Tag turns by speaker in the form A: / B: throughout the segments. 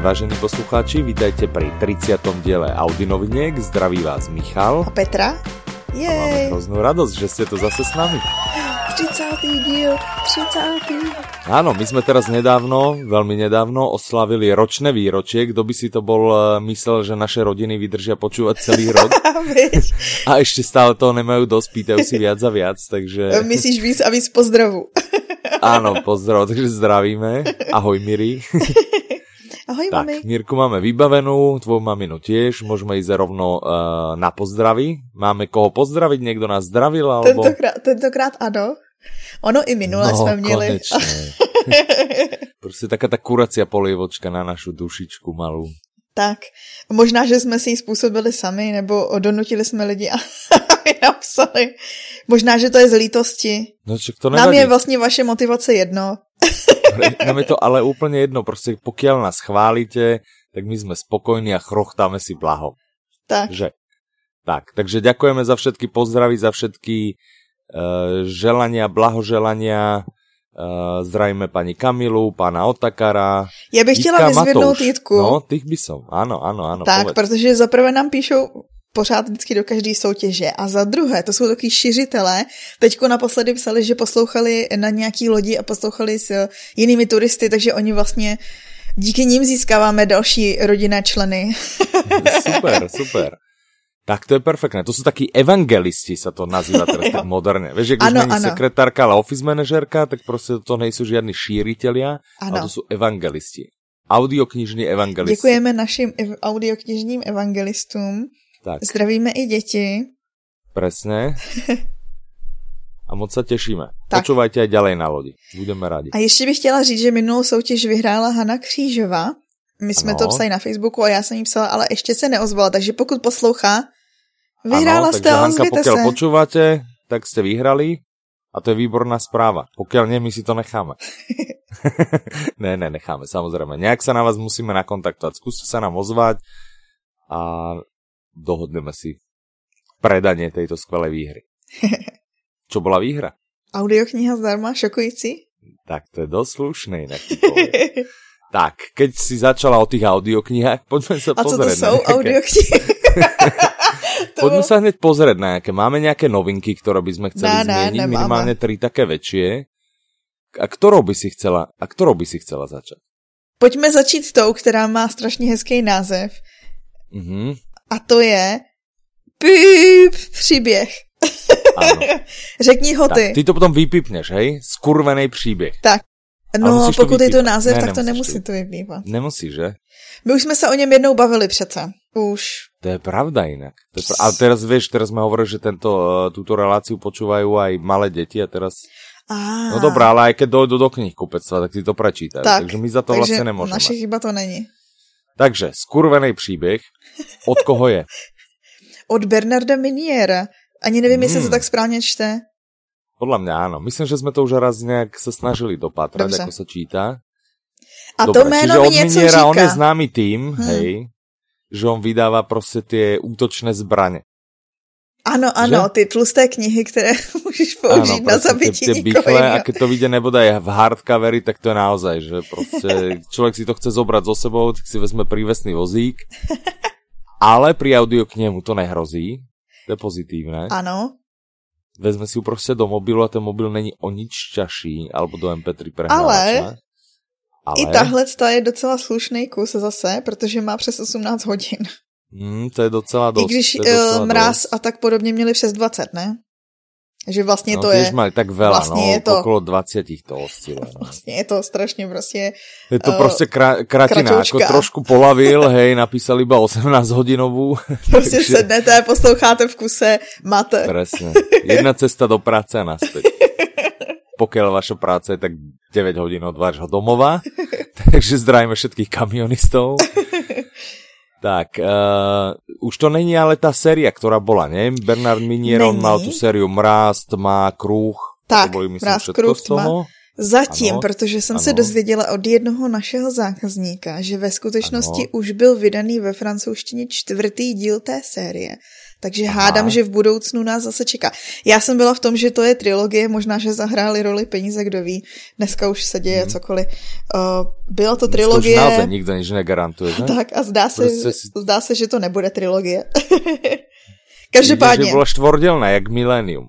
A: vážení poslucháči, vítajte pri 30. diele Audi noviniek. Zdraví vás Michal.
B: A Petra?
A: A Máme
B: Jej,
A: hroznou radosť, že ste tu zase s nami.
B: 30. díl, 30.
A: Áno, my sme teraz nedávno, veľmi nedávno, oslavili ročné výročie. Kto by si to bol eh, myslel, že naše rodiny vydržia počúvať celý rok
B: A vieš,
A: a ešte stále toho nemajú dosť, pýtajú si viac a viac, takže
B: myslíš víc a víc pozdravu.
A: áno, pozdrav, takže zdravíme. Ahoj Miri.
B: Ahoj, tak. mami.
A: Tak, no, Mírku máme vybavenú, tvoju maminu tiež, môžeme ísť rovno uh, na pozdravy. Máme koho pozdraviť, niekto nás zdravil, alebo... No,
B: Tentokrát, tentokrát ano. Ono i minule jsme měli.
A: konečne. Prostě taká ta kuracia polievočka na našu dušičku malou.
B: Tak, možná, že jsme si ji způsobili sami, nebo donutili jsme lidi, aby napsali. Možná, že to je z lítosti.
A: No čak to
B: Nám
A: nevadí.
B: je vlastně vaše motivace jedno.
A: Nám je to ale úplně jedno, prostě pokiaľ nás chválíte, tak my jsme spokojní a chrochtáme si blaho.
B: Tak,
A: Že? Tak, takže ďakujeme za všetky pozdravy, za všetky uh, želania, blahoželania. Uh, zdravíme pani Kamilu, pana Otakara.
B: já bych chtěla
A: Jitka
B: vyzvednout
A: Matouš.
B: Jitku.
A: No, tých by som. Áno, áno, áno.
B: tak,
A: No, povedz.
B: protože za prvé nám píšou pořád vždycky do každé soutěže a za druhé, to jsou takový šiřitelé, teďko naposledy psali, že poslouchali na nějaký lodi a poslouchali s eh, jinými turisty, takže oni vlastně díky nim získáváme další rodinné členy.
A: Super, super. Tak to je perfektné. To jsou taky evangelisti, sa to nazýva teraz tak moderně. Víš, že když
B: Ano,
A: není
B: ano.
A: sekretárka, ale office manažerka, tak prostě to nejsou žiadni šíritelia, ale
B: Ano,
A: to jsou evangelisti. Audioknižní evangelisti.
B: děkujeme našim ev- audioknižním evangelistům,
A: Tak,
B: zdravíme i děti.
A: presne. A moc sa tešíme.
B: Tak.
A: Počúvajte aj ďalej na lodi. Budeme rádi.
B: A ještě bych chtěla říct, že minulou soutěž vyhrála Hana Křížová. My jsme
A: Ano.
B: ano. to psali na Facebooku a já jsem jí psala, ale ještě se neozvala, takže pokud poslouchá, vyhrála ano,
A: ano,
B: jste,
A: takže Hanka,
B: ozvěte se.
A: pokiaľ počúvate, tak ste vyhrali a to je výborná správa. Pokiaľ nie, my si to necháme. ne, ne, necháme, samozrejme. Nejak sa na vás musíme nakontaktovať. Skúste sa nám ozvať a dohodneme si predanie tejto skvelej výhry. Čo bola výhra?
B: Audiokniha zdarma, šokující.
A: Tak to je dosť slušné inak. ti poviem. tak, keď si začala o tých audioknihách, poďme sa
B: A co to
A: pozrieť. na
B: jsou
A: nejaké-
B: audioknihy? to
A: Poďme
B: bylo...
A: sa hneď pozrieť na nejaké. Máme nejaké novinky, ktoré by sme chceli
B: Ne,
A: ne,
B: ne,
A: zmieniť,
B: nemáme.
A: minimálne tri také väčšie. A ktorou by si chcela, a ktorou by si chcela začať?
B: Pojďme začít tou, která má strašně hezký název.
A: Mhm,
B: A to je Píp příběh.
A: áno.
B: Řekni ho
A: Tak,
B: ty.
A: ty to potom vypipneš, hej? Skurvený příběh. ale
B: No,
A: musíš to
B: pokud je to
A: vypípat.
B: název,
A: Ne,
B: tak to
A: nemusíš to
B: nemusí to vyplývat.
A: Nemusíš, že?
B: My už jsme se o něm jednou bavili přece. Už
A: To je pravda inak. To je pra... A teraz vieš, teraz sme hovorili, že tento, eh, túto reláciu počúvajú aj malé deti a teraz...
B: Ah,
A: No dobrá, ale aj keď dojdu do knihkupectva, tak si to prečítajú.
B: Tak,
A: takže my za to
B: takže
A: vlastne nemôžeme.
B: naše chyba to není.
A: Takže, skurvený příběh. Od koho je?
B: Od Bernarda Miniera. Ani nevím, jestli
A: Hmm.
B: se to tak správně čte.
A: Podľa mňa áno. Myslím, že sme to už raz nejak sa snažili dopatrať,
B: Dobře.
A: ako sa číta.
B: A
A: Dobre,
B: to
A: čiže
B: jméno mi
A: od
B: něco
A: Miniera, on je
B: říká.
A: známy tým,
B: Hmm.
A: hej, že on vydává prostě tie útočné zbraně.
B: Ano, ano, ty tlusté knihy, které můžeš použít na
A: prostě
B: zabití
A: tie
B: nikoho
A: bichle, a
B: jiného.
A: keď to vyjde nebodaj v hardcoveri, tak to je naozaj, že prostě člověk si to chce zobrať so sebou, tak si vezme prívesný vozík. Ale pri audioknihe mu to nehrozí. To je pozitívne.
B: Ano,
A: vezme si ju prostě do mobilu a ten mobil není o nič ťažší, alebo do MP3 prehrávača.
B: Ale-
A: Ale...
B: i tahle ta je docela slušný kus zase, protože má přes 18 hodin.
A: Hmm, to je docela dost.
B: I když
A: to je docela
B: eh, mráz
A: dost.
B: a tak podobně měli přes 20, ne? Že vlastně
A: no,
B: to
A: ty
B: je...
A: už mali tak veľa,
B: vlastně
A: no,
B: je to-
A: okolo 20 to osciluje. No.
B: Vlastně je to strašně prostě...
A: Je to
B: Eh,
A: prostě kra- kratina,
B: kratoučka.
A: jako trošku polavil, hej, napísal iba 18 hodinovú.
B: Prostě
A: Takže-
B: sednete, posloucháte v kuse, máte...
A: Presne. Jedna cesta do práce a naspäť. Pokiaľ vaša práca je tak 9 hodín od vášho domova. Takže zdravíme všetkých kamionistov. Tak, uh, už to není ale ta séria, která bola, ne? Bernard Minier, on
B: Není.
A: mal tu sériu Mráz, Tma, Kruh.
B: Tak,
A: to boli, myslím,
B: Mráz,
A: všetko
B: kruh,
A: z toho.
B: Zatím,
A: Ano,
B: ano, protože jsem ano. se
A: ano.
B: dozvěděla od jednoho našeho zákazníka, že ve skutečnosti
A: Ano.
B: ano. už byl vydaný ve francouzštině čtvrtý díl té série. Takže Aha. hádám, že v budoucnu nás zase čeká. Já jsem byla v tom, že to je trilogie, možná, že zahráli roli peníze, kdo ví. Dneska už se děje hmm. cokoliv. Uh, byla to trilogie.
A: Mhm. Dneska už naozaj nikdo nič negarantuje, ne?
B: Tak a zdá se,
A: Prostě si-
B: zdá se, že to nebude trilogie. Každopádně.
A: Ide, že bola štvordelná, jak Millennium.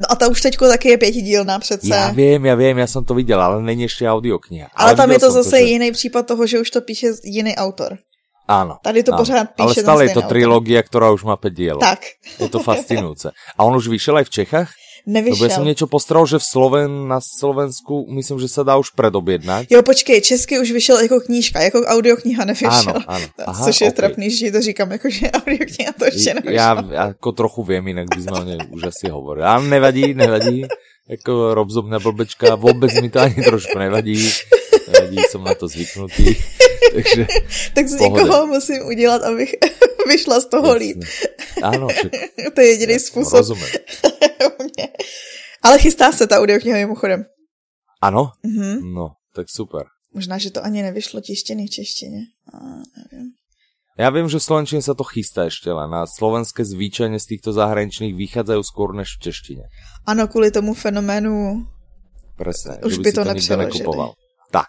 B: No a ta už teďko taky je pětidílná přece.
A: Ja viem, ja viem, ja som to videl, ale není ešte audiokniha.
B: Ale tam je
A: videl
B: to
A: som
B: zase
A: že-
B: jiný případ toho, že už to píše jiný autor.
A: Áno.
B: Tady to
A: áno.
B: pořád píše
A: Ale
B: ten
A: stále je to
B: stejný autor.
A: trilógia, ktorá už má 5 dielov.
B: Tak,
A: Je to fascinujúce. A on už vyšiel aj v Čechách? Lebo
B: nevyšel.
A: ja som niečo postrel, že v Sloven, na Slovensku, myslím, že sa dá už predobjednať.
B: Jo, počkej, česky už vyšel jako knížka, jako audiokniha nevyšel.
A: Áno, áno. Aha,
B: což je
A: ok.
B: trapný, že to říkám, jako že audiokniha to ještě nevyšel.
A: Ja ako trochu viem, inak by sme o nej už asi hovorili. Ale nevadí, nevadí. Ako robzobná blbečka, vôbec mi to ani trošku nevadí. Nevadí, som na to zvyknutý. Takže
B: tak z
A: pohodě.
B: někoho musím udělat, abych vyšla z toho líp.
A: Áno, však,
B: To je jediný způsob.
A: Rozumiem.
B: u mě. Ale chystá se ta audiokniha mimochodem.
A: Áno?
B: Mhm.
A: No, tak super.
B: Možná, že to ani nevyšlo tištěný v češtině. A, nevím.
A: Ja viem, že v Slovenčine sa to chystá ešte len. Na slovenské zvyčajne z týchto zahraničných vychádzajú skôr než v češtine.
B: Ano, kvůli tomu fenoménu
A: Presne.
B: Už
A: že
B: by
A: si
B: to
A: nikto
B: nepřeložili.
A: nekupoval. Tak.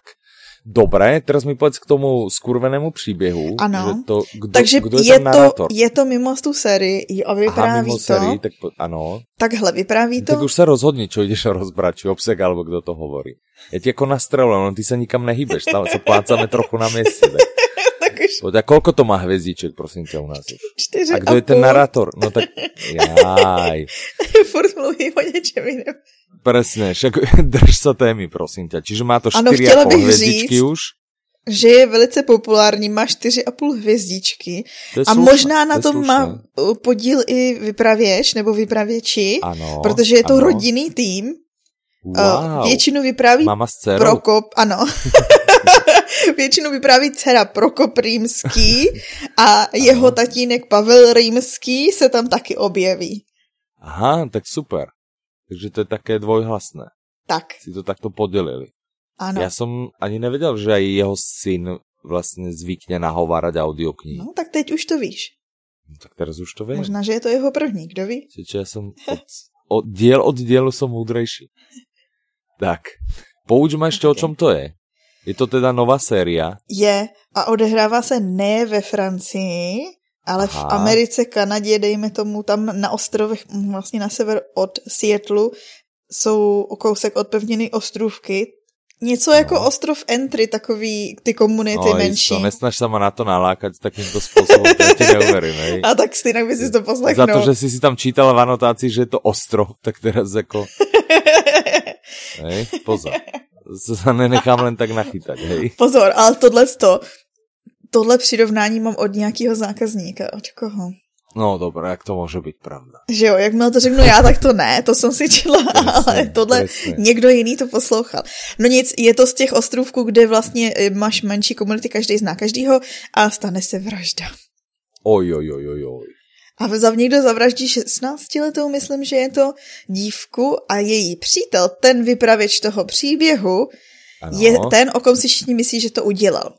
A: Dobre, teraz mi povedz k tomu skurvenému příběhu.
B: Ano.
A: Že to, kdo,
B: Takže
A: kdo je,
B: je,
A: tam
B: to,
A: narátor?
B: je to mimo tu sérii jo, a vypráví
A: mimo
B: to.
A: sérii, tak po, ano.
B: Takhle vypráví to.
A: Tak už sa rozhodni, čo ideš rozbrať, či obsah, alebo kto to hovorí. Ja ti ako nastrelujem, no ty sa nikam nehybeš, stále sa plácame trochu na mieste. Tak.
B: tak už
A: Poď, a koľko to má hviezdiček, prosím ťa, u nás? už?
B: čtyři
A: A kdo je ten
B: půl.
A: narátor? No tak, jaj.
B: Furt mluví o něčem jiném.
A: Presne, však drž sa témy, prosím ťa. Čiže má to
B: Ano,
A: 4,5
B: chtěla bych
A: hviezdičky
B: říct,
A: už.
B: Že je velice populární, má čtyři a půl hvězdičky.
A: To je
B: A
A: slušné,
B: možná na
A: to je
B: tom
A: slušné.
B: má uh, podíl i vypravěč nebo vypravěči,
A: Ano,
B: protože je to eh,
A: ano.
B: rodinný tým. Uh,
A: Wow.
B: Většinu vypráví
A: Mama s dcerou.
B: Prokop, ano. Většinu vypráví dcera Prokop Rýmský a jeho tatínek Pavel Rýmský se tam taky objeví.
A: Aha, tak super. Takže to je také dvojhlasné.
B: Tak,
A: Si to takto podelili. No.
B: ano.
A: Ja som ani nevedel, že aj jeho syn vlastne zvykne nahovárať audioknihy. No.
B: No, tak teď už to víš.
A: no tak teraz už to viem. Možná...
B: Možná, že je to jeho první, kdo ví?
A: Čiže ja som od, od diel od dielu som múdrejší. Tak, pouč ma ešte, okay. o
B: Ok.
A: čom to je. Je to teda nová séria.
B: Je a odehrává se ne ve Francii, ale Aha.
A: Aha.
B: v Americe, Kanadě, dejme tomu, tam na ostrovech, mm, vlastně na sever od Seattleu, jsou o kousek od pevniny ostrůvky. Něco no. jako ostrov Entry, takový ty komunity no, menší.
A: isto, nesnaž sa ma na to nalákať takýmto spôsobom, to ja ti neuverím. Hej.
B: A tak no. si jinak by si to
A: Za
B: poslechnul.
A: to, že si si tam čítala v anotácii, že je to ostro, tak teraz ako... Hej, pozor. Sa nenechám len tak nachytať, hej.
B: Pozor, ale tohle to, tohle přirovnání mám od nějakého zákazníka, od koho.
A: No dobré, jak to může být pravda?
B: Že jo, jakmile to řeknu já, tak to ne, to jsem si čila, ale tohle
A: Presne.
B: někdo jiný to poslouchal. No nic, je to z těch ostrůvků, kde vlastně eh, máš menší komunity, každý zná každýho a stane se vražda.
A: Oj, oj, oj, oj, oj.
B: A v- někdo zavraždí 16 letou, myslím, že je to dívku a její přítel, ten vypravěč toho příběhu,
A: Ano.
B: je ten, o kom si všichni myslí, že to udělal.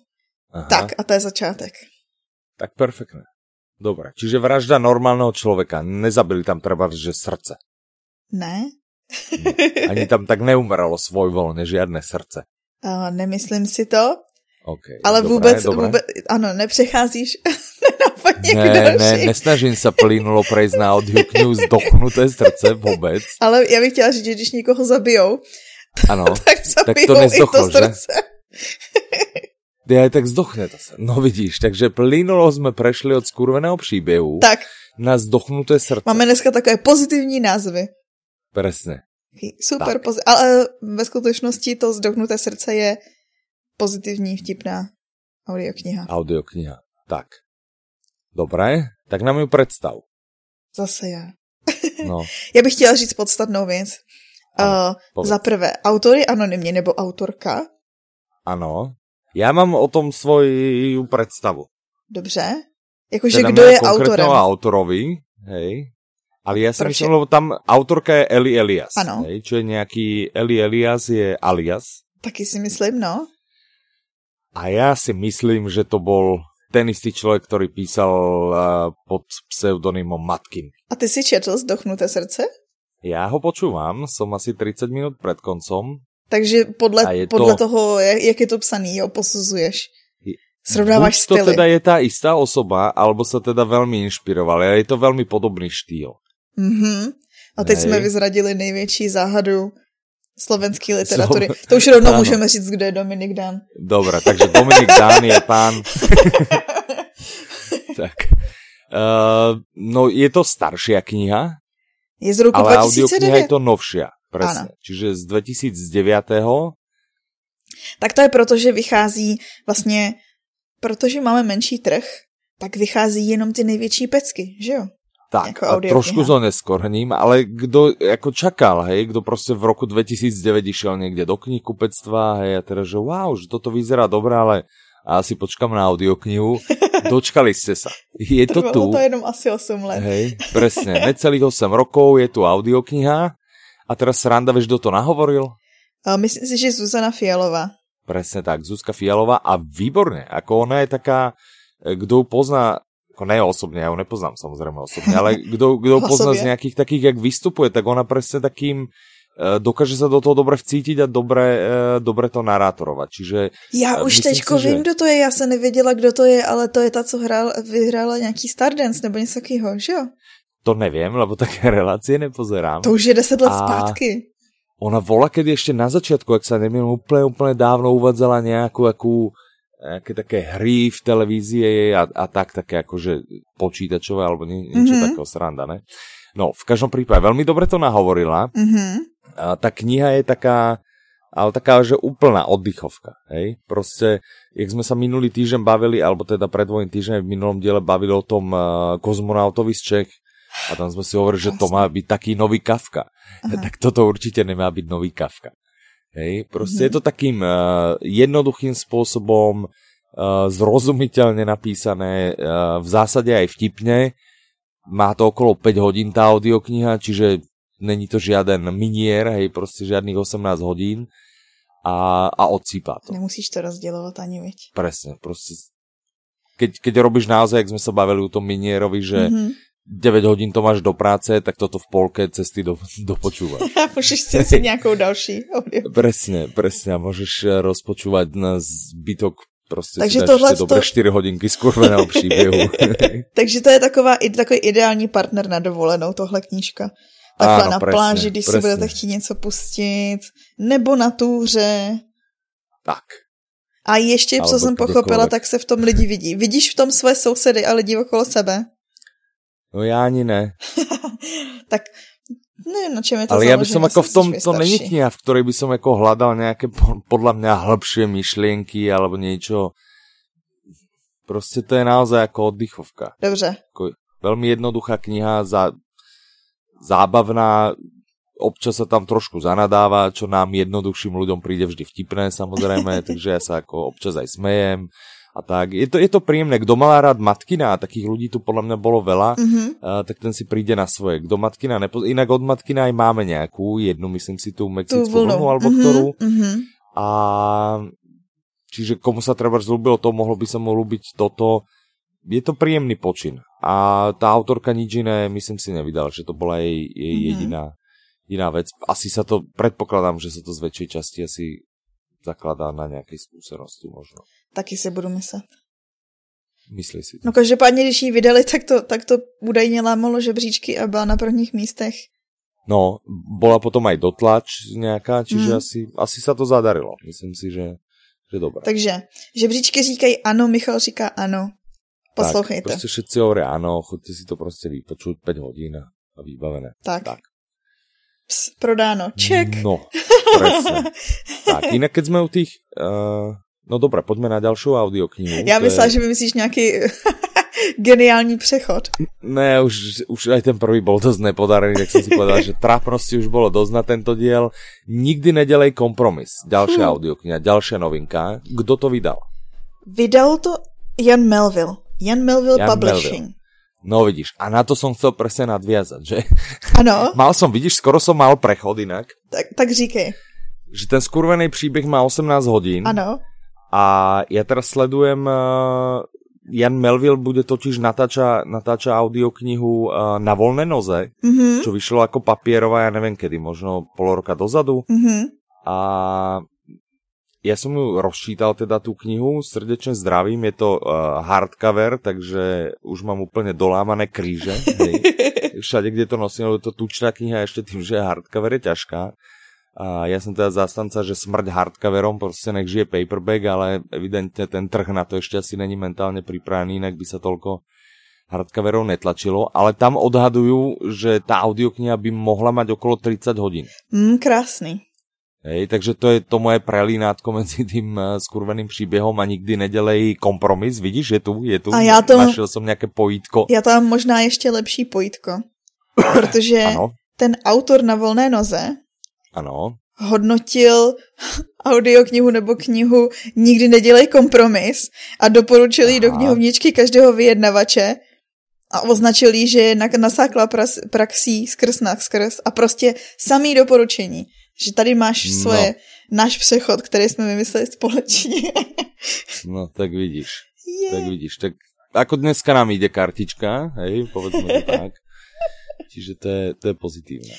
A: No. Aha,
B: Tak a to je začátek.
A: Tak perfektné. Dobre, čiže vražda normálneho človeka. Nezabili tam treba, že srdce.
B: Ne?
A: Ani tam tak neumrelo svojvoľne žiadne srdce.
B: A nemyslím si to,
A: Okay,
B: ale
A: dobré,
B: vůbec,
A: dobré.
B: vůbec, ano, nepřecházíš nenápadně k
A: Ne, ne,
B: další.
A: nesnažím sa plynulo prejsť na odhukňu zdochnuté srdce vůbec.
B: Ale já bych chtěla říct, že když někoho zabijou,
A: Ano.
B: tak zabijou
A: nezdochlo,
B: i to
A: že?
B: srdce.
A: Ja aj tak zdochne to srdce. No vidíš, takže plynulo sme prešli od skurveného příběhu
B: Tak,
A: na zdochnuté srdce.
B: máme dneska takové pozitivní názvy.
A: Presne.
B: Super
A: Tak.
B: pozitivní, ale ve skutečnosti to zdochnuté srdce je pozitivní, vtipná audiokniha.
A: Audiokniha. Tak. Dobré, tak nám ju predstav.
B: Zase já.
A: No,
B: Já bych chtěla říct podstatnou věc.
A: Ano,
B: uh,
A: povedz.
B: za prvé, autor je anonymně nebo autorka.
A: ano. Já mám o tom svoju predstavu. Teda
B: Dobře. Jakože kdo je autorem.
A: konkrétneho autorovi, hej. Ale ja si
B: Proč
A: myslím, lebo tam autorka je Eli Elias.
B: Ano.
A: Hej, čo je nejaký Eli Elias je alias.
B: Taky si myslím, no.
A: A já si myslím, že to bol ten istý človek, ktorý písal uh, pod pseudonymom Matkin.
B: A ty si četl Zdochnuté srdce?
A: Ja ho počúvam, som asi 30 minút pred koncom.
B: Takže
A: A je
B: podle, podle
A: to-
B: to... toho, jak, jak je to psaný, jo, posuzuješ.
A: Je-
B: Srovnáváš
A: Buď to
B: styly.
A: teda je tá istá osoba, alebo sa teda veľmi inšpiroval, ale je to veľmi podobný štýl.
B: Mhm. A teď
A: Hej.
B: jsme vyzradili největší záhadu slovenské literatury.
A: Slo-
B: To už rovnou
A: Ano.
B: můžeme říct, kdo je Dominik Dan.
A: Dobre, takže Dominik Dán je pán. tak. Uh, no je to staršia kniha,
B: Je z roku
A: ale audiokniha
B: 2009.
A: je to novšia. Presne. Čiže z 2009.
B: Tak to je proto, že vychází vlastně, protože máme menší trh, tak vychází jenom ty největší pecky, že jo?
A: Tak,
B: Ako
A: a
B: audiokniha.
A: trošku so neskorním, ale kdo jako čakal, hej, kdo prostě v roku 2009 išel někde do knihkupectva, hej, a teda, že wow, že toto vyzerá dobré, ale asi počkám na audioknihu. Dočkali jste se. Je to
B: Trvalo
A: tu.
B: to jenom asi 8 let.
A: Hej, presne. Necelých 8 rokov je tu audiokniha a teraz sranda, vieš, kto to nahovoril?
B: A myslím si, že Zuzana Fialová.
A: Presne tak, Zuzka Fialová a výborne, ako ona je taká, e, kdo ju pozná, ako ne osobne, ja ju nepoznám samozrejme osobne, ale kdo, kdo ju
B: Osobie.
A: pozná z nejakých takých, jak vystupuje, tak ona presne takým, e, dokáže sa do toho dobre vcítiť a dobre, e, dobre to narátorovať. Čiže
B: Já
A: A
B: už
A: myslím
B: teďko
A: si, že-
B: vím, kdo to je, já se nevěděla, kdo to je, ale to je ta, co hrál, vyhrála nějaký Stardance nebo něco takového, že jo?
A: to neviem, lebo také relácie nepozerám.
B: To už je 10 let
A: A-
B: a... zpátky.
A: Ona vola, kedy ešte na začiatku, ak sa nemýlim, úplne, úplne dávno uvádzala nejakú, akú, nejaké také hry v televízie a, a tak, také akože počítačové alebo nie, niečo
B: Mhm.
A: mm-hmm. takého sranda, ne? No, v každom prípade, veľmi dobre to nahovorila.
B: Mhm.
A: A tá kniha je taká, ale taká, že úplná oddychovka, hej? Proste, jak sme sa minulý týždeň bavili, alebo teda pred dvojím týždňom v minulom diele bavili o tom uh, kozmonautovi z Čech, a tam sme si hovorili, že to má byť taký nový Kafka.
B: Aha.
A: Tak toto určite nemá byť nový Kafka. Hej, proste mm-hmm. je to takým uh, jednoduchým spôsobom uh, zrozumiteľne napísané, uh, v zásade aj vtipne. Má to okolo 5 hodín tá audiokniha, čiže není to žiaden minier, hej, proste žiadnych 18 hodín a, a odsýpa to.
B: Nemusíš to rozdělovat ani, viď?
A: Presne, proste keď, keď robíš naozaj, jak sme sa bavili u tom minierovi, že mm-hmm.
B: Mhm.
A: 9 hodín to máš do práce, tak toto v polke cesty do, dopočúvaš.
B: Můžeš si vzít nějakou další audio.
A: presne, presne. A môžeš eh, rozpočúvať na zbytok proste si
B: Takže
A: dáš
B: tohle
A: tie dobré
B: to-
A: 4 hodinky skurveného příběhu.
B: Takže to je taková, i- takový ideální partner na dovolenou, tohle knížka. Takhle
A: Ano,
B: na
A: presne,
B: pláži, když
A: presne.
B: si budete chtít něco pustit, nebo na túře.
A: tak.
B: A ještě,
A: Alebo
B: co jsem pochopila,
A: kdekoliv.
B: tak se v tom lidi vidí. Vidíš v tom své sousedy a lidi okolo sebe?
A: No já ani ne.
B: Tak nevím, na No, čem je to
A: Ale
B: založené,
A: já bych som ako v
B: jsem
A: tom,
B: spíš
A: to není
B: starší.
A: kniha, v ktorej by som ako hľadal nejaké po- podľa mňa hĺbšie myšlienky alebo niečo. Proste to je naozaj ako oddychovka.
B: Dobře,
A: Veľmi jednoduchá kniha, za, zábavná, občas sa tam trošku zanadáva, čo nám jednoduchším ľuďom príde vždy vtipné samozrejme, takže ja sa ako občas aj smejem a tak. Je to, je to príjemné, kto mal rád Matkina, a takých ľudí tu podľa mňa bolo veľa,
B: mhm.
A: a, tak ten si príde na svoje. Kdo Matkina nepo... Inak od Matkina aj máme nejakú, jednu myslím si tú
B: tu
A: mexickú
B: vlnu.
A: vlnu, alebo
B: Mhm,
A: ktorú.
B: mhm.
A: A čiže komu sa treba zľúbilo to, mohlo by sa mu ľúbiť toto. Je to príjemný počin. A tá autorka nič iné, myslím si, nevydala, že to bola jej, jej
B: Mhm.
A: jediná, jediná vec. Asi sa to, predpokladám, že sa to z väčšej časti asi zakladá na nejakej skúsenosti možno.
B: Taky si budu myslet.
A: Myslí si to.
B: No každopádně, když ji vydali, tak to, tak to údajně lámalo žebříčky a byla na prvních místech.
A: No, bola potom aj dotlač nejaká, čiže
B: Mm.
A: mm. asi, asi sa to zadarilo. Myslím si, že, že dobré.
B: Takže žebříčky říkají ano, Michal říká ano. Poslouchejte.
A: Tak, proste všetci hovoria áno, chodte si to proste vypočuť 5 hodín a a vybavené.
B: tak.
A: tak.
B: Ps, prodáno. Ček.
A: No, presne. tak, inak keď sme u tých... Uh, no dobré, poďme na ďalšiu audioknihu.
B: Já
A: To je-
B: myslela, že vymyslíš nějaký geniální přechod.
A: Ne, už, už aj ten prvý bol dosť nepodarený, tak som si povedal, že trápnosti už bolo dosť na tento diel. Nikdy nedelej kompromis.
B: Hm.
A: Ďalšia audiokniha, ďalšia novinka. Kto to vydal?
B: Vydal to Jan Melville. Jan Melville
A: Jan
B: Publishing.
A: No vidíš, a na to som chcel presne nadviazať, že?
B: Ano,
A: Mal som, vidíš, skoro som mal prechod inak,
B: tak, tak říkej.
A: že ten skurvený príbeh má 18 hodín
B: Ano.
A: a ja teraz sledujem eh, Jan Melville bude totiž natáča, natáča audioknihu uh, Na volné noze,
B: Mhm,
A: čo vyšlo ako papierová, ja neviem kedy, možno pol roka dozadu.
B: mhm.
A: A ja som ju rozčítal teda tú knihu, srdečne zdravím, je to uh, hardcover, takže už mám úplne dolámané kríže. Hej. Všade, kde to nosím, lebo je to tučná kniha ešte tým, že je hardcover je ťažká. A ja som teda zastanca, že smrť hardcoverom, proste nech žije paperback, ale evidentne ten trh na to ešte asi není mentálne pripravený, inak by sa toľko hardcoverov netlačilo, ale tam odhadujú, že tá audiokniha by mohla mať okolo 30 hodín.
B: Mm, krásný.
A: Hej, takže to je to moje prelínátko mezi tím eh, skurveným příběhom a nikdy nedělej kompromis. Vidíš, je tu, je tu.
B: A já to-
A: Našel jsem nějaké pojítko.
B: Já tam možná ještě lepší pojítko, protože
A: Ano,
B: ten autor na volné noze
A: ano.
B: hodnotil audioknihu nebo knihu Nikdy nedělej kompromis a doporučil jí do
A: Aha.
B: knihovničky každého vyjednavače a označil jí, že je nak- nasákla pras, praxí skrz na skrz a prostě samý doporučení, že tady máš
A: No.
B: svoje, náš přechod, který jsme vymysleli společně.
A: No, tak vidíš,
B: Je.
A: tak vidíš. Tak ako dneska nám ide kartička, hej, povedzme to tak. Čiže to je, to je pozitívne.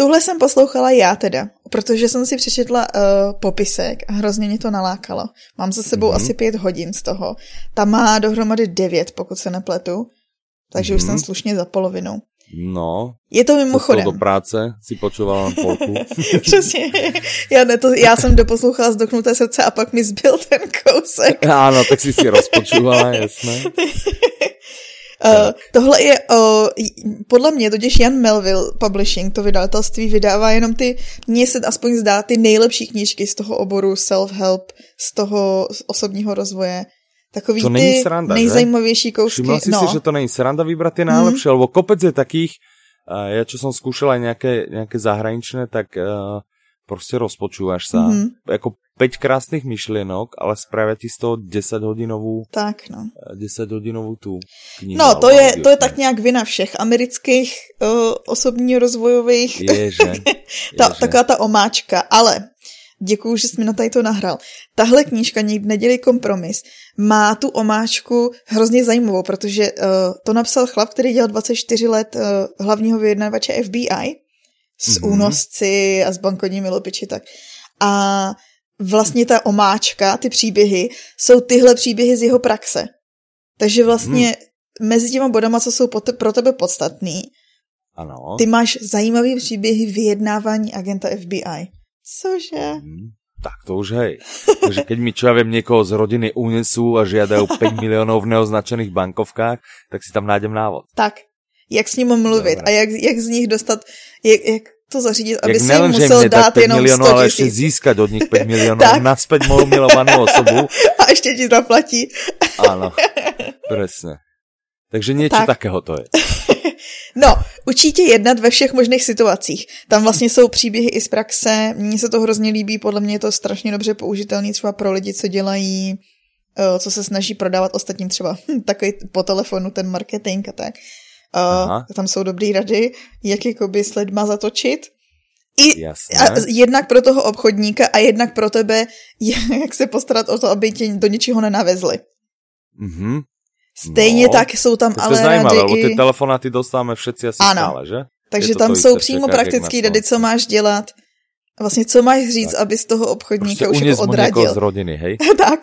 B: Tuhle jsem poslouchala já teda, protože jsem si přečetla uh, popisek a hrozně mě to nalákalo. Mám za sebou
A: Mhm.
B: mm-hmm. asi pět hodin z toho. Ta má dohromady devět, pokud se nepletu, takže mm-hmm. už
A: Mhm.
B: jsem slušně za polovinou.
A: No,
B: Je to
A: cestou
B: mimochodem.
A: do práce si počúvala len polku.
B: Přesně. Já, ne, to, já jsem doposlouchala zdoknuté srdce a pak mi zbyl ten kousek.
A: Áno, tak si si rozpočúvala, jasné.
B: Uh, tohle je, uh, podle mě totiž Jan Melville Publishing, to vydavatelství, vydává jenom ty, mně se aspoň zdá, ty nejlepší knížky z toho oboru self-help, z toho osobního rozvoje. Takový
A: To není
B: ty
A: sranda, že?
B: nejzajímavější kousky.
A: Všimla si
B: no. Mhm.
A: si, že to není sranda vybrat ty najlepšie, lebo kopec je takých, uh, ja čo som skúšal aj nejaké, nejaké zahraničné, tak uh, proste rozpočúvaš sa. Mm-hmm.
B: Mhm,
A: Jako 5 krásnych myšlienok, ale spravia ti z toho 10 hodinovú,
B: tak, no.
A: 10 hodinovú tú knihu.
B: No, to
A: alebo
B: je, to je
A: audio.
B: tak nějak vina všech amerických uh, osobně rozvojových
A: Ježe,
B: ta,
A: ježe.
B: taková ta omáčka, ale děkuju, že jsi mi na tady to nahrál. Tahle knížka Nikdy nedělej kompromis má tu omáčku hrozně zajímavou, protože uh, to napsal chlap, který dělal 24 let uh, hlavního vyjednavače FBI
A: Mhm.
B: s mm-hmm. únosci a s bankovními lupiči tak. A vlastně ta omáčka, ty příběhy, jsou tyhle příběhy z jeho praxe. Takže vlastně mm. mezi těma bodama, co jsou po te- pro tebe podstatný,
A: Ano.
B: ty máš zajímavý příběhy vyjednávání agenta FBI. Cože?
A: Mhm. Tak to už hej. Takže keď mi čo ja viem, niekoho z rodiny unesú a žiadajú 5 miliónov v neoznačených bankovkách, tak si tam nájdem návod.
B: Tak, jak s ním mluvit
A: Dobré.
B: a jak, jak z nich dostat, jak, jak to zařídit, aby
A: Jak
B: si jim
A: nejen, že
B: musel
A: jim
B: dát
A: dát 5
B: jenom 100
A: milionů, ale ještě
B: tisíc
A: získat od nich 5 milionů
B: Tak.
A: naspäť mou milovanou osobu.
B: a ještě ti zaplatí.
A: Ano, přesně. Takže něco tak.
B: Tak.
A: takého to je.
B: No, určitě jednat ve všech možných situacích. Tam vlastně jsou příběhy i z praxe, mně se to hrozně líbí, podle mě je to strašně dobře použitelný třeba pro lidi, co dělají, eh, co se snaží prodávat ostatním třeba hm, takový po telefonu ten marketing a tak.
A: Aha.
B: Uh, tam jsou dobrý rady, jak jakoby s lidma zatočit. I
A: Jasné.
B: a jednak pro toho obchodníka a jednak pro tebe, jak se postarat o to, aby tě do ničeho nenavezli.
A: Mhm.
B: Stejně
A: No,
B: no, tak jsou tam
A: Tak to je
B: ale
A: zajímavé,
B: rady
A: lebo ty
B: i...
A: telefonáty dostáváme všetci asi ano.
B: Ano.
A: stále, že? Je
B: Takže
A: to
B: tam
A: to
B: jsou
A: jisté,
B: přímo
A: čeká, jak
B: praktické
A: na
B: rady, co máš dělat. Vlastně, co máš říct,
A: Tak.
B: aby z toho obchodníka
A: Prostě
B: už
A: uněz
B: jako
A: mu někoho z
B: odradil.
A: rodiny, hej?
B: tak.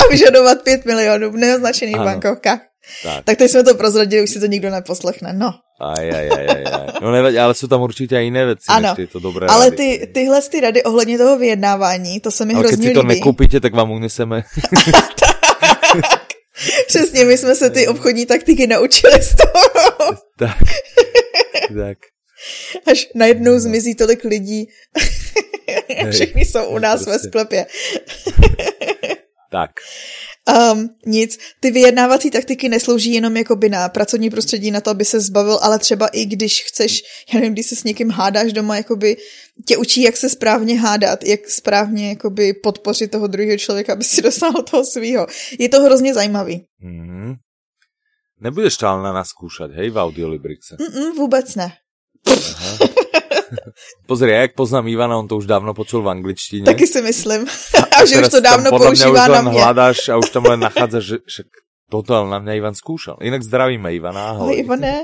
B: A vyžadovat pět milionů v neoznačených
A: Ano.
B: bankovkách.
A: Tak.
B: Tak teď jsme to prozradili, už si to nikdo neposlechne. No.
A: Aj, aj, aj, aj, aj. No nevadí, ale jsou tam určitě i jiné věci,
B: Ano.
A: než tyto dobré
B: Ale
A: rady.
B: ty, tyhle ty rady ohledně toho vyjednávání, to se mi
A: ale keď
B: hrozně
A: si to
B: líbí.
A: nekoupíte, tak vám uneseme.
B: Přesně, my jsme se ty obchodní taktiky naučili z toho.
A: tak. tak.
B: Až najednou zmizí tolik lidí.
A: No. Hej. No
B: Všichni jsou u nás ve
A: Prostě.
B: sklepě.
A: Tak.
B: Um, nic, ty vyjednávací taktiky neslouží jenom jakoby na pracovní prostředí, na to, aby se zbavil, ale třeba i když chceš, já nevím, když se s někým hádáš doma, jakoby tě učí, jak se správně hádat, jak správně jakoby podpořit toho druhého člověka, aby si dosáhl toho svýho. Je to hrozně zajímavý.
A: Mhm. Nebudeš to ale na nás skúšať, hej, v Audiolibrixe.
B: Mm-mm, vůbec ne.
A: Pozri, ja jak poznám Ivana, on to už dávno počul v angličtině.
B: Taky si myslím. A že už
A: teraz
B: to dávno
A: tam teda podle
B: používá
A: už
B: na
A: len
B: mě.
A: hľadáš a už tam len nachádzaš, že však Total na mňa Ivan skúšal. Inak zdravíme Ivana. Ahoj.
B: Ahoj, Ivane.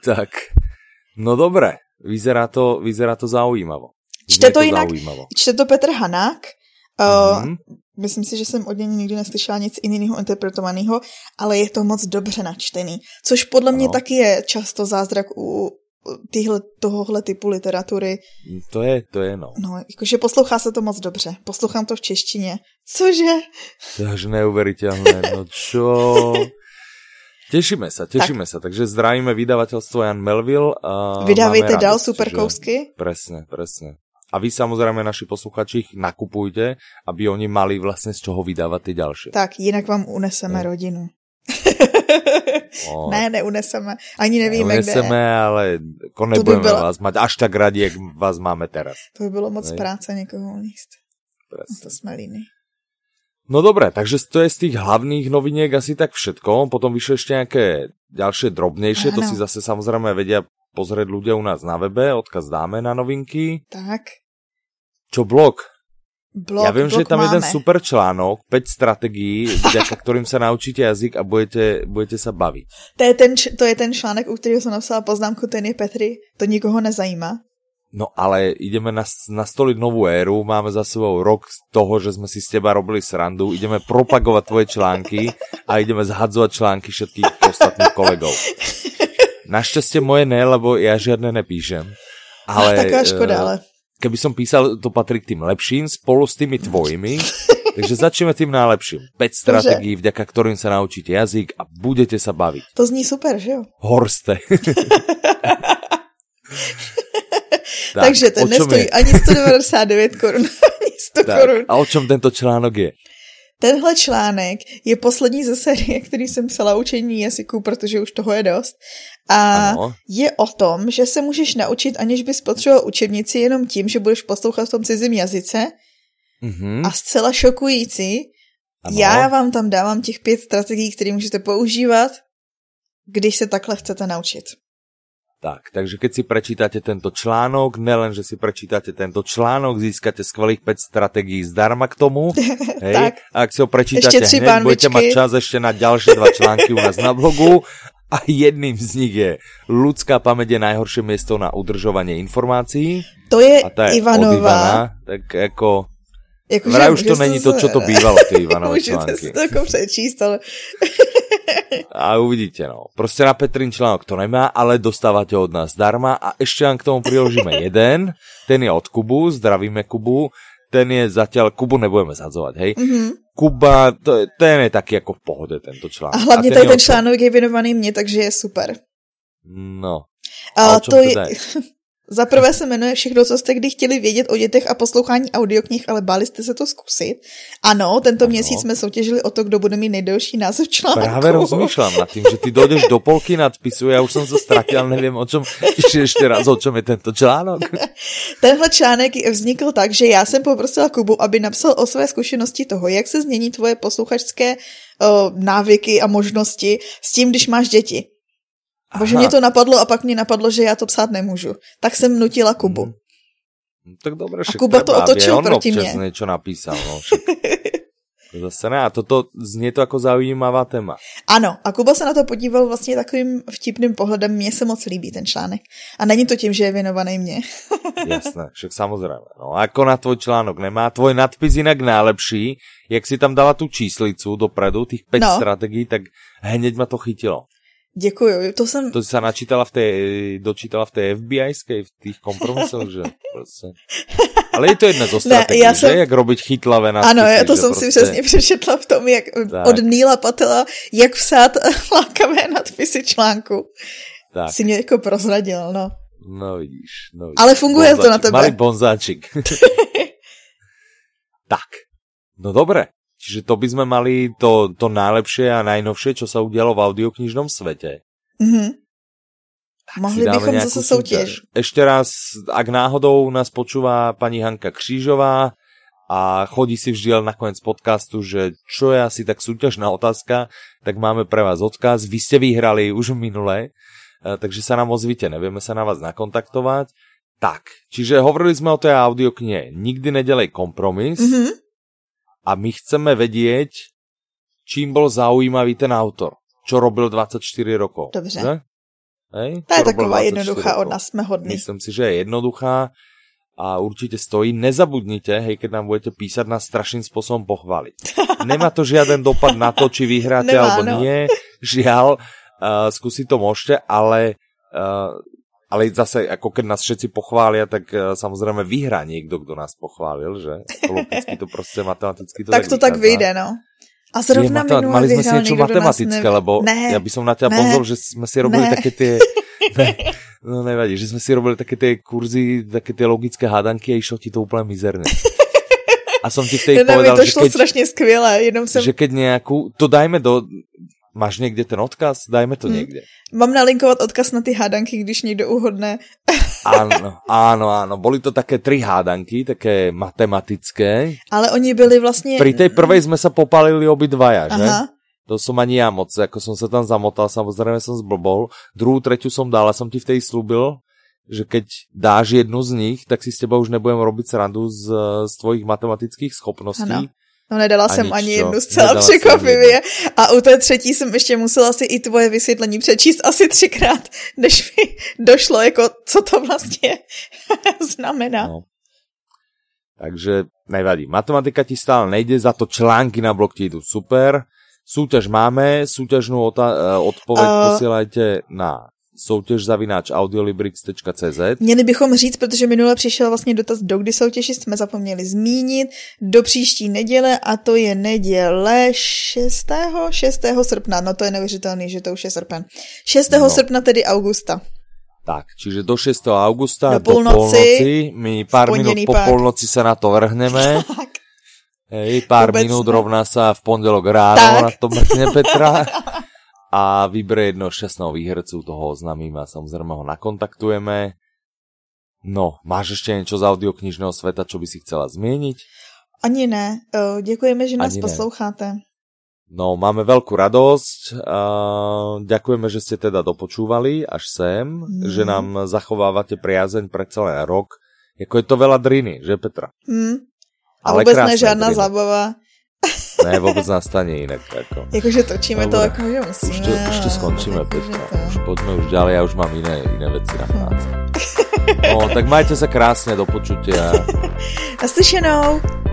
A: Tak, no dobre. Vyzerá to, vyzerá to zaujímavo.
B: Čte
A: Znie
B: to jinak?
A: Zaujímavo.
B: Čte to Petr Hanák. Uh,
A: Mhm.
B: Myslím si, že jsem od něj nikdy neslyšela nic jiného interpretovaného, ale je to moc dobře načtený. Což podle mě
A: Ano.
B: taky je často zázrak u u týhle, tohohle typu literatury.
A: To je, to je no.
B: No, jakože poslouchá se to moc dobře. Poslouchám to v češtině. Cože?
A: To je až neuveriteľné, no čo? Tešíme sa, tešíme tak. sa. Takže zdravíme vydavateľstvo Jan Melville. A
B: Vydávejte
A: máme
B: dál
A: radosť,
B: super
A: že-
B: kousky.
A: Presne, presne. A vy samozrejme, naši posluchači, ich nakupujte, aby oni mali vlastne z čoho vydávať tie ďalšie.
B: Tak, jinak vám
A: Ne.
B: uneseme rodinu.
A: O,
B: Ne, neuneseme. Ani nevíme, kde.
A: Uneseme, ale ko
B: by
A: nebudeme
B: byla-
A: vás mať až tak radi, jak vás máme teraz.
B: To by bylo moc
A: Ne.
B: práce někoho uníst.
A: Presne.
B: To jsme líní.
A: No dobré, takže to je z tých hlavných noviniek asi tak všetko. Potom vyšlo ešte nejaké ďalšie drobnejšie, to
B: Áno.
A: si zase samozrejme vedia pozrieť ľudia u nás na webe, odkaz dáme na novinky.
B: Tak,
A: Čo blog?
B: blok,
A: ja viem,
B: blok
A: že je tam
B: máme.
A: jeden super článok, 5 strategií, vďaka ktorým sa naučíte jazyk a budete, budete sa baviť.
B: To je, ten, č- to je ten článek, u kterého jsem napsala poznámku, ten je Petry, to nikoho nezajímá.
A: No ale ideme nas- nastoliť novú éru, máme za sebou rok z toho, že sme si z teba robili srandu, ideme propagovať tvoje články a ideme zhadzovať články všetkých ostatných kolegov. Našťastie moje ne, lebo ja žiadne nepíšem. Ale,
B: Taková
A: eh,
B: No, škoda, ale
A: Keby som písal, to patrí k tým lepším spolu s tými tvojimi. Takže začneme tým najlepším. 5 strategií, vďaka ktorým sa naučíte jazyk a budete sa baviť.
B: to zní super, že jo?
A: Horste.
B: Tak, Takže
A: o
B: ten
A: čom
B: nestojí
A: je?
B: ani 199 korun, ani 100 tak. korun.
A: Tak, a o čom tento článok je?
B: Tenhle článek je poslední ze série, který jsem psala o učení jazyků, protože už toho je dost. A
A: Ano.
B: je o tom, že se můžeš naučit, aniž bys potřeboval učebnici, jenom tím, že budeš poslouchat v tom cizím jazyce.
A: Mhm.
B: A zcela šokující,
A: Ano.
B: Já vám tam dávám těch pět strategií, které můžete používat, když se takhle chcete naučit.
A: Tak, takže keď si prečítate tento článok, nelen, že si prečítate tento článok, získate skvelých 5 strategií zdarma k tomu. Hej.
B: Tak.
A: A ak si ho prečítate
B: Ešte tři
A: hneď, budete
B: pánvičky.
A: mať čas ešte na ďalšie dva články u nás na blogu. A jedným z nich je ľudská pamäť je najhoršie miesto na udržovanie informácií.
B: To je,
A: A tá je
B: Ivanová.
A: od Ivana. Tak ako,
B: Jako,
A: vraj
B: že
A: už to
B: můžete
A: není
B: se-
A: to, čo to bývalo, tie Ivanové
B: Můžete
A: články.
B: si to jako přečíst, ale
A: A uvidíte, no. Prostě na Petrin článok to nemá, ale dostávate od nás zdarma a ešte vám k tomu priložíme jeden. Ten je od Kubu, zdravíme Kubu. Ten je zatiaľ, Kubu nebudeme zadzovať, hej.
B: mhm.
A: Kuba, to, je- ten je taky jako v pohodě tento článek.
B: a hlavně
A: je
B: tady ten
A: o čem-
B: článek je věnovaný mně, takže je super.
A: No, A o
B: A
A: čem
B: to je,
A: teda je?
B: za prvé se jmenuje Všechno, co jste kdy chtěli vědět o dětech a poslouchání audioknih, ale báli jste se to zkusit. Ano, tento
A: Ano.
B: ano. měsíc jsme soutěžili o to, kdo bude mít nejdelší název článku.
A: právě rozmýšlám nad tím, že ty dojdeš do polky nadpisu, já už jsem se ztratil, nevím o čem, ještě, ještě raz, o čem je tento článok.
B: Tenhle článek vznikl tak, že já jsem poprosila Kubu, aby napsal o své zkušenosti toho, jak se změní tvoje posluchačské uh, návyky a možnosti s tím, když máš děti.
A: Aha.
B: Bože, mě to napadlo a pak mě napadlo, že já to psát nemůžu. Tak jsem nutila Kubu.
A: Mm. No, tak dobré, však
B: Kuba to
A: treba, aby
B: otočil
A: on
B: proti
A: občas
B: mne.
A: něco napísal, no, však. To Zase ne, a toto zní to jako zaujímavá téma.
B: Ano, a Kuba se na to podíval vlastně takovým vtipným pohledem. Mně se moc líbí ten článek. A není to tím, že je věnovaný mně.
A: Jasné, však samozřejmě. No, ako na tvoj článok nemá, tvoj nadpis jinak najlepší, jak si tam dala tu číslicu dopredu, těch pět no.
B: No.
A: strategií, tak hneď ma to chytilo.
B: Děkuju, to jsem...
A: To si sa načítala v tej, dočítala v tej FBI-skej, v tých kompromisoch, že prostě. Ale je to jedna zo strategií,
B: já
A: že?
B: jsem-
A: Jak robiť chytlavé na
B: Ano, já to jsem si přesně přečetla v tom, jak
A: Tak.
B: od Níla Patela, jak psát lákavé nadpisy článku.
A: Tak,
B: Si mě jako prozradil, no.
A: no vidíš. No vidíš.
B: Ale funguje to na
A: Bonzáčik, Malý
B: tebe.
A: bonzáčik. tak, no dobre. Čiže to by sme mali to, to najlepšie a najnovšie, čo sa udialo v audioknižnom svete.
B: Mhm.
A: Tak
B: Mohli
A: dáme
B: bychom
A: nejakú
B: zase soutěž.
A: Ešte raz, ak náhodou nás počúva pani Hanka Křížová a chodí si vždy na koniec podcastu, že čo je asi tak súťažná otázka, tak máme pre vás odkaz. Vy ste vyhrali už minule, eh, takže sa nám ozvite, nevieme sa na vás nakontaktovať. Tak, čiže hovorili sme o tej audioknihe Nikdy nedelej kompromis
B: Mhm.
A: a my chceme vedieť, čím bol zaujímavý ten autor, čo robil 24 rokov.
B: Dobře.
A: Ne? Hej?
B: Ta
A: Čo robil
B: je taková
A: 24
B: jednoduchá, od
A: rokov.
B: nás jsme hodní.
A: Myslím si, že je jednoduchá a určite stojí. Nezabudnite, hej, keď nám budete písať, nás strašným spôsobom pochváliť. Nemá to žiaden dopad na to, či vyhráte
B: Nemá,
A: alebo
B: no.
A: nie. Žiaľ, uh, skúsiť to môžete, ale uh, ale zase, ako keď nás všetci pochvália, tak uh, samozrejme vyhrá niekto, kdo nás pochválil, že? Logicky to proste matematicky to
B: Tak to tak
A: vychádza.
B: vyjde, no. A
A: Je,
B: zrovna
A: mate-
B: minule
A: mali jsme si
B: vyhrál
A: něco
B: někdo do nás
A: matematické,
B: neví.
A: lebo
B: ne,
A: já bych som na teba
B: ne,
A: bonzol, že jsme si robili
B: ne.
A: také ty... Ne, no nevadí, že jsme si robili také ty kurzy, také ty logické hádanky a išlo ti to úplně mizerně. A som ti vtedy
B: ne, ne, mi
A: povedal,
B: to
A: že
B: šlo
A: keď,
B: strašně skvěle, jenom jsem,
A: že keď nějakou... To dajme do... Máš někde ten odkaz? Dajme to
B: Hm.
A: někde.
B: mám nalinkovat odkaz na ty hádanky, když někdo uhodne.
A: Áno, áno, áno. Boli to také tri hádanky, také matematické.
B: Ale oni byli vlastně...
A: Pri tej prvej sme sa popálili obidvaja, že?
B: Aha,
A: To som ani ja moc, ako som sa tam zamotal, samozrejme som zblbol. Druhú, treťu som dal a som ti vtedy slúbil, že keď dáš jednu z nich, tak si s tebou už nebudem robiť srandu z, z tvojich matematických schopností.
B: Ano. no nedala
A: Ani
B: jsem
A: čo,
B: ani jednu zcela
A: nedala jsem
B: překvapivě. A u té třetí jsem ještě musela si i tvoje vysvětlení přečíst asi třikrát, než mi došlo, jako co to vlastně znamená.
A: No. Takže nevadí. Matematika ti stále nejde, za to články na blog ti idú super. Súťaž máme, súťažnú otá- eh, odpoveď
B: A-
A: uh... posielajte na soutěž zavináč audiolibrix.cz
B: Měli bychom říct, protože minule přišel vlastně dotaz, do kdy soutěži jsme zapomněli zmínit, do příští neděle a to je neděle 6. 6. srpna, no to je neuvěřitelný, že to už je srpen. 6. No.
A: No.
B: srpna tedy Augusta.
A: Tak, čiže do 6. augusta
B: Do
A: do polnoci, do
B: polnoci,
A: polnoci my pár minút
B: pondelí
A: po
B: pak.
A: polnoci sa na to vrhneme.
B: Tak.
A: Hej, pár
B: Vůbec
A: minút
B: ne.
A: rovná sa v pondelok ráno
B: Tak.
A: na to mrkne Petra a vybere jedno šťastného výhercu, toho oznamíme a samozrejme ho nakontaktujeme. No, máš ešte niečo z audioknižného sveta, čo by si chcela zmieniť?
B: Ani ne. Eh, Děkujeme, že nás
A: Ani ne.
B: posloucháte.
A: No, máme veľkú radosť. A ďakujeme, že ste teda dopočúvali až sem,
B: Mm.
A: že nám zachovávate priazeň pre celý rok. Jako je to veľa driny, že Petra?
B: Hm. A vůbec ne žádná driny. zábava.
A: Ne, vůbec nastane jinak. Jako.
B: Jakože točíme
A: Dobré.
B: to, jak můžeme musíme.
A: Už to, už to
B: ale
A: skončíme,
B: jakože
A: Petra.
B: to-
A: Už pojďme už dále, já už mám jiné, jiné věci na práci. No, tak majte se krásně, do počutia.
B: Naslyšenou.